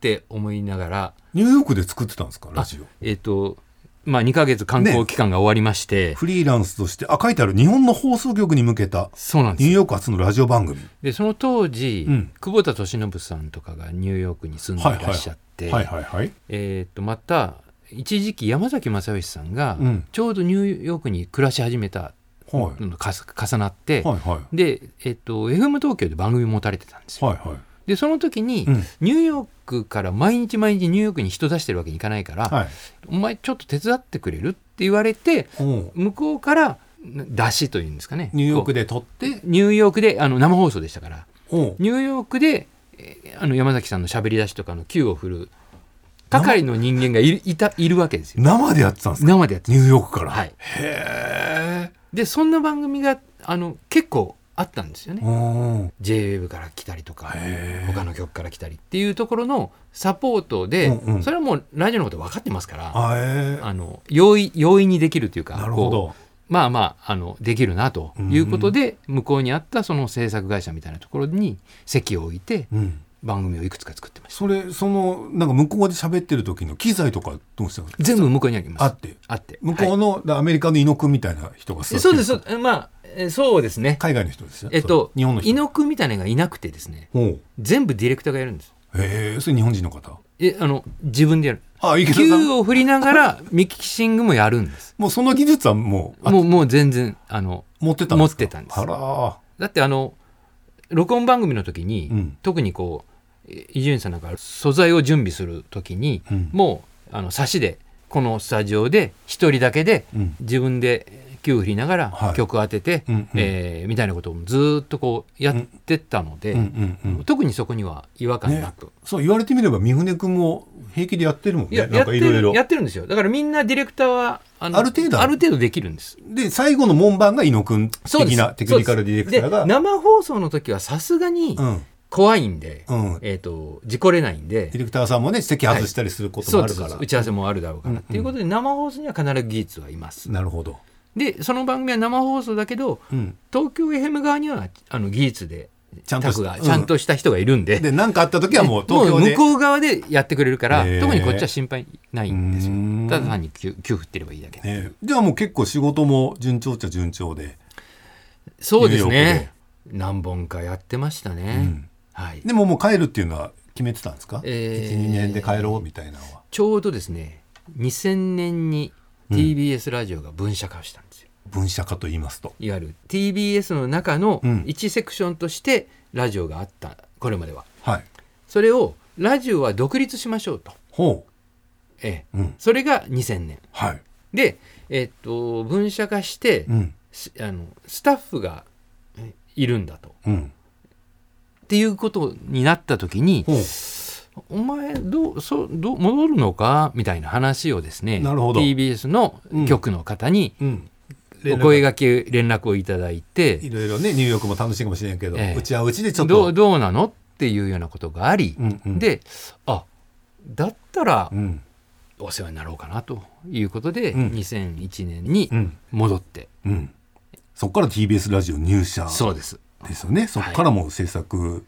C: て思いながら
B: ニューヨークで作ってたんですかラジオ。
C: えっ、とまあ2ヶ月観光期間が終わりまして、
B: フリーランスとして、あ、書いてある。日本の放送局に向けた、
C: そうなんで
B: ニュー
C: すよ
B: ヨーク初のラジオ番組。
C: でその当時、
B: うん
C: 久保田利伸さんとかがニューヨークに住んでいらっしゃって、
B: はいはいはい。
C: えっ、とまた一時期山崎正義さんが
B: うん
C: ちょうどニューヨークに暮らし始めた
B: は
C: のとかす重なって、
B: い。はいはい。
C: で、えっと FM 東京で番組持たれてたんですよ。
B: はいはい。
C: でその時に、
B: うん
C: ニューヨークから毎日毎日ニューヨークに人出してるわけにいかないから、
B: はい。
C: お前ちょっと手伝ってくれるって言われて
B: うん
C: 向こうから出しというんですかね
B: ニューヨーク
C: で
B: で撮って、
C: ニューヨークであの生放送でしたから
B: うん
C: ニューヨークでえーあの山崎さんの喋り出しとかの球を振る係の人間がいるいたいるわけですよ
B: 生でやってたんですか
C: 生でやって
B: ニューヨークから。
C: はい
B: へ
C: でそんな番組があの結構あったんですよね
B: ー。うん。
C: JWAVE から来たりとか
B: へー
C: 他の曲から来たりっていうところのサポートで、
B: うんうん
C: それはもうラジオのこと分かってますから
B: あえー
C: あの容易容易にできるというか
B: なるほ
C: こ
B: ど。
C: うまあまああのできるなということで、向こうにあったその制作会社みたいなところに席を置いて
B: うん。
C: 番組をいくつか作ってました
B: それ、その、なんか向こうで喋ってる時の機材とかどうしてたんですか
C: 全部向こうにあります
B: あって。
C: あって
B: 向こう
C: は
B: の、だアメリカの猪木みたいな人が座って
C: い
B: る
C: そうですそうですまあえーそうですね
B: 海外の人ですよ。
C: えっと
B: それ日本の人。
C: 猪木みたいなのがいなくてですね
B: おう
C: 全部ディレクターがやるんです
B: へえ、それ日本人の方。
C: えあの自分でやる
B: あ、池田
C: 球
B: さん。
C: を振りながらミキシングもやるんです
B: もうその技術はもう、あ
C: もうもう全然あの
B: 持ってたんですか
C: 持ってたんです
B: あら
C: だってあの録音番組の時に、
B: うん
C: 特にこうえ伊集院さんなんか素材を準備する時に、
B: うん
C: もうあの差しでこのスタジオで一人だけで、
B: うん
C: 自分で球を振りなが
B: は
C: ら
B: い
C: 曲を当てて、
B: うんうん
C: えーみたいなことをずーっとこうやってったので、
B: ー。うんうんうん。
C: 特にそこには違和感なく、
B: そう言われてみれば三船君も平気でやってるもん
C: い
B: ね
C: や
B: な
C: や
B: ん
C: っ
B: か
C: て
B: いろい
C: る
B: ろ
C: やってるんですよだからみんなディレクターはあ
B: ある程度
C: ある程度できるんです
B: で最後の門番が猪野君
C: そうで
B: 的
C: す
B: なテクニカルディレクターが
C: で生放送の時はさすがに
B: うん
C: 怖いんで、
B: うんデ
C: えっ、と事故れないんで
B: ィレクターさんもね席外したりすること
C: そ
B: も
C: う
B: あ
C: で
B: る
C: す
B: から、
C: 打ち合わせもあるだろうから、
B: うんうん
C: っていうことで生放送には必ず技術はいます
B: なるほど、
C: でその番組は生放送だけど
B: うん、
C: 東京 FM 側にはあの技術で
B: ちゃんとし
C: タクが
B: うん
C: ちゃんとした人がいるんで,、
B: で何かあった時はもう東京
C: もう
B: で
C: 向こう側でやってくれるから、
B: へー
C: 特にこっちは心配ないんですよ
B: うーん
C: ただ単に給給付ってればいいだけで、
B: ねじゃあもう結構仕事も順調っちゃ順調で
C: そうです
B: ニューヨーク
C: ね何本かやってましたね、
B: うん
C: はい
B: でももう帰るっていうのは決めてたんですか、
C: えー
B: 12年で帰ろうみたいなのは
C: ちょうどですね2000年に TBS ラジオが分社化をしたんですよ、
B: 分社化と言いますと
C: いわゆる TBS の中の
B: うん
C: 1セクションとしてラジオがあったこれまでは
B: はい
C: それをラジオは独立しましょうと、
B: ほ
C: ええ
B: ううん
C: それが2000年
B: はい
C: で、えっと分社化して、
B: うん
C: すあのスタッフがえいるんだと
B: うん
C: っていうことになった時に
B: ほう
C: お前どうそうどう戻るのかみたいな話をですね
B: なるほど
C: TBS の局の方に
B: うん
C: お声がけ連絡をいただいて
B: いろいろねニューヨークも楽しいかもしれんけど、
C: ええ
B: うちはうちでちょっと
C: どうどうなのっていうようなことがあり、
B: うんうん
C: であだったら
B: うん
C: お世話になろうかなということで、
B: うん
C: 2001年に
B: うん
C: 戻って、
B: うんそっから TBS ラジオ入社
C: そうです
B: ですよねそっからもう制作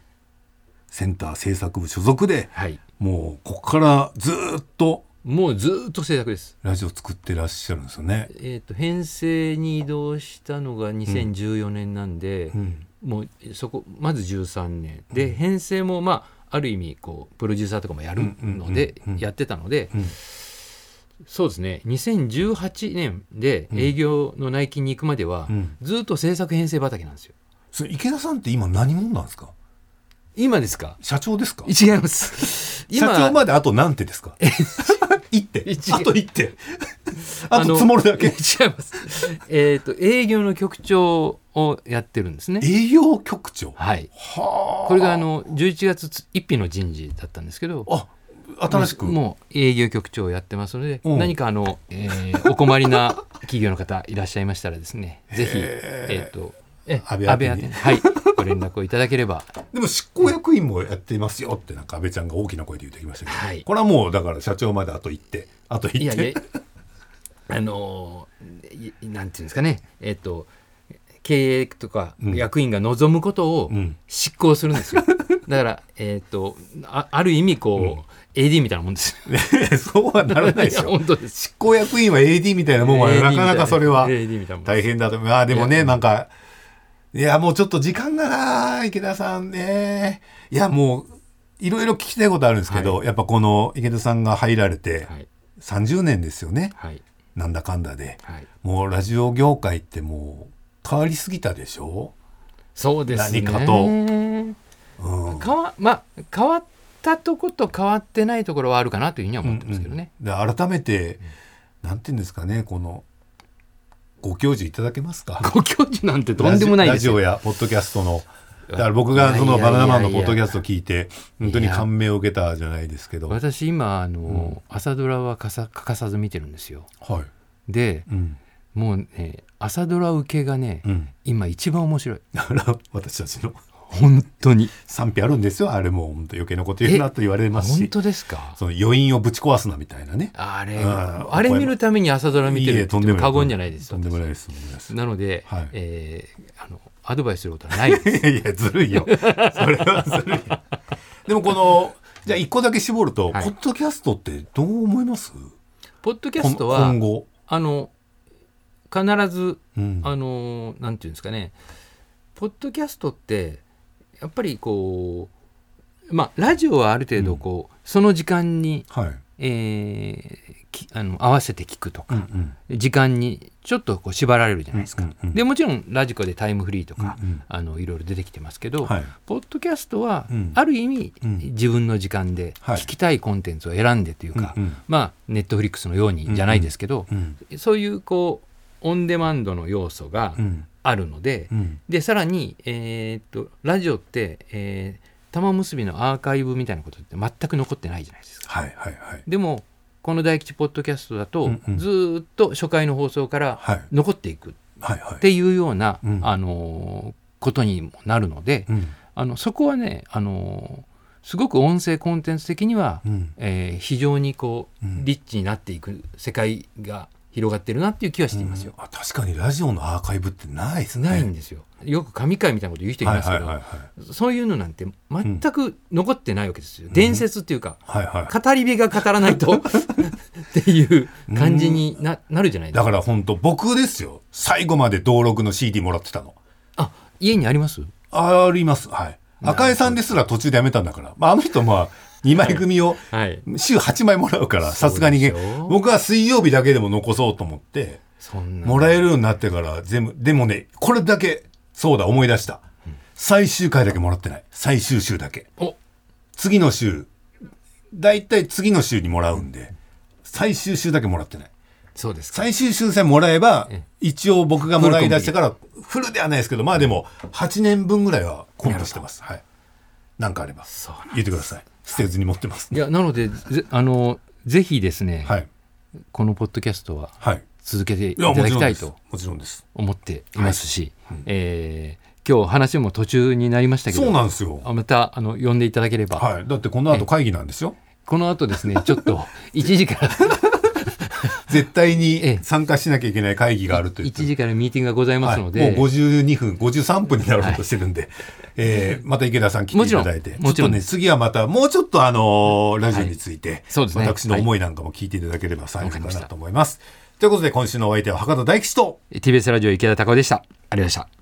B: センター制作部所属で
C: はい
B: もうここからずーっと
C: もうずーっと制作です
B: ラジオ作ってらっしゃるんですよね。
C: えっ、と編成に移動したのが2014年なんで、
B: うん
C: もうそこまず13年で編成もまある意味こうプロデューサーとかもやるので
B: うんうんうんうん
C: やってたので、
B: うん
C: そうですね2018年で営業のナイキに行くまでは、
B: うん
C: ずっと制作編成畑なんですよ
B: それ池田さんって今何者なんですか
C: 今ですか
B: 社長ですか
C: 違います
B: (laughs) 社長まであと何手
C: (laughs)
B: ですか一手
C: 一
B: あと一手あ
C: の
B: と積もるだ
C: 違い
B: け
C: ます (laughs) えっと営業の局長をやってるんですね
B: 営業局長
C: はい
B: は
C: これがあの11月1日の人事だったんですけど
B: ああ新しく
C: もう営業局長をやってますので、
B: うん
C: 何かあの、えーお困り
B: (laughs)
C: な企業の方いらっしゃいましたらですね、ぜひ、えっ、と、え
B: 安倍
C: 安倍
B: 宛て
C: 宛
B: に
C: てはい、ご連絡をいただけ
B: (laughs)
C: れば、
B: でも執行役員もやってますよってなんか安倍ちゃんが大きな声で言ってきましたけど、
C: はい
B: これはもうだから社長まであと一手あと一手
C: いやいや、あのーいなんていうんですかね、えっ、と、経営とか
B: うん
C: 役員が望むことを
B: うん
C: 執行するんで
B: (laughs)
C: すよ。だから、えっ、とあ、ある意味、こう、AD みたいなもんですよ。
B: (laughs) そうはならないでし
C: いや
B: ょ
C: (laughs) 本当です。
B: 執行役員は AD みたいなもんは
C: AD みた
B: ないかなかそれは
C: AD みたいなもん
B: 大変だと思うあでも
C: い
B: ね
C: や
B: なんかいやもうちょっと時間がな池田さんねいやもういろいろ聞きたいことあるんですけど、やっぱこの池田さんが入られて
C: はい、
B: 30年ですよね、
C: はい、
B: なんだかんだで
C: はい。
B: もうラジオ業界ってもう変わりすぎたでしょ
C: そうですね。
B: 何かと
C: うん変わまあ変わったとこと変わってないところはあるかなというふうには思ってますけどね。
B: うんうんで改めて、なんていうんですかねこのご教授いただけますか
C: ご教授なんてとんでもない
B: ラ
C: です
B: ジオ
C: よ。
B: ラジオやポッドキャストのだから僕がそのバナナマンのポッドキャストを聞いて本当に感銘を受けたじゃないですけどはい、
C: 私今あの、朝ドラはかさ欠かさず見てるんですよ。で
B: うん
C: もうね朝ドラ受けがね、
B: うん、
C: 今一番面白い
B: だから私たちの
C: 本当に
B: 賛否あるんですよあれも本当余計なこと言うなと言われます
C: 本
B: し
C: 当ですか。
B: その余韻をぶち壊すなみたいなね
C: あれ
B: うん
C: あれ見るために朝ドラ見てる
B: え
C: って
B: と
C: 言
B: ん
C: っ
B: でも
C: ても
B: ない
C: 過言じゃないです。
B: とんでもないですとんでもないです
C: なので、
B: はい
C: えーあのアドバイスすることはない (laughs) です。
B: いやいやずるいよそれはずるいよでもこのじゃあ一個だけ絞ると、
C: はい
B: ポッドキャストってどう思います
C: ポッドキャストは
B: 今後、
C: あの必ず
B: うん
C: あのなんていうんですかねポッドキャストってやっぱりこうまあラジオはある程度こう、その時間に、
B: はい、
C: えーきあの合わせて聞くと
B: うんう
C: か、
B: ん
C: 時間にちょっとこう縛られるじゃないですか。
B: うんうんうん
C: でもちろんラジコでタイムフリーとか、
B: うんうん
C: あのいろいろ出てきてますけど、
B: はい
C: ポッドキャストは、
B: うん
C: ある意味、
B: うん
C: 自分の時間で
B: はい
C: 聞きたいコンテンツを選んでというか、
B: うんうん
C: まあネットフリックスのようにじゃないですけど、
B: うん
C: そういうこうオンデマンドの要素が
B: うん
C: あるので、
B: うん
C: でさらに、えーっとラジオって、えー玉結びのアーカイブみたいなことって全く残ってないじゃないですか。
B: はいはいはい
C: でもこの大吉ポッドキャストだと、
B: うんうん
C: ずーっと初回の放送から
B: はい
C: 残っていくっ
B: はいはい
C: ていうような、
B: うん
C: あのーことにもなるので、
B: うん
C: あのそこはね、あのーすごく音声コンテンツ的には、
B: うん
C: えー非常にこう、
B: うん
C: リッチになっていく世界が広がってるなっていう気はしていますよ。
B: あ確かにラジオのアーカイブってないですね
C: ないんですよ。よく神回みたいなこと言う人いますけど、
B: はいはいはいはい
C: そういうのなんて全く残ってないわけですよ。伝説っていうか、
B: はいはい
C: 語り部が語らな
B: (laughs)
C: いとっていう感じにななるじゃないです
B: だ
C: か。
B: から本当僕ですよ最後まで登録の CD もらってたの
C: あ家にあります
B: ありますはい赤江さんですら途中でやめたんだから、まあ、あの人まあ2枚組を
C: はい。
B: 週8枚もらうからさすがに
C: そうでしょ
B: 僕は水曜日だけでも残そうと思って
C: そんな。
B: もらえるようになってから全部でもねこれだけそうだ思い出した最終回だけもらってない最終週だけ
C: お
B: 次の週だいたい次の週にもらうんで最終週だけもらってない
C: そうですか。
B: 最終週さえもらえば
C: ええ
B: 一応僕がもらい出してからフルではないですけどまあでも8年分ぐらいはコントしてますはいなんかあれば
C: そうなん
B: 言ってください捨てずに持ってます
C: いや、なので、ぜあの、ぜひですね、
B: はい
C: このポッドキャストは
B: はい
C: 続けてい
B: いやも
C: ただ
B: ち
C: き
B: ろん
C: た
B: で
C: い
B: す
C: と
B: もちろんです
C: 思っていますし、えー今日話も途中になりましたけど、
B: そうなんですよ
C: あまたあの呼んでいただければ、
B: はいだってこの後会議なんですよ
C: この
B: (laughs)
C: 後ですね、ちょっと1時から、
B: 絶対
C: え
B: に
C: え
B: 参加しなきゃいけない会議があるという
C: 1時からミーティングがございますので、
B: はい、もう52分53分になろうとしてるんで、えーまた池田さん来ていただいて
C: もちろんもちろん
B: ちょっとね次はまたもうちょっとあのーラジオについて、
C: そうですね
B: 私の思いなんかも聞いていただければ最後か
C: わかりまし
B: な
C: た
B: と思います。ということで今週のお相手は博多大吉と
C: TBS ラジオ池田孝でした。ありがとうございました。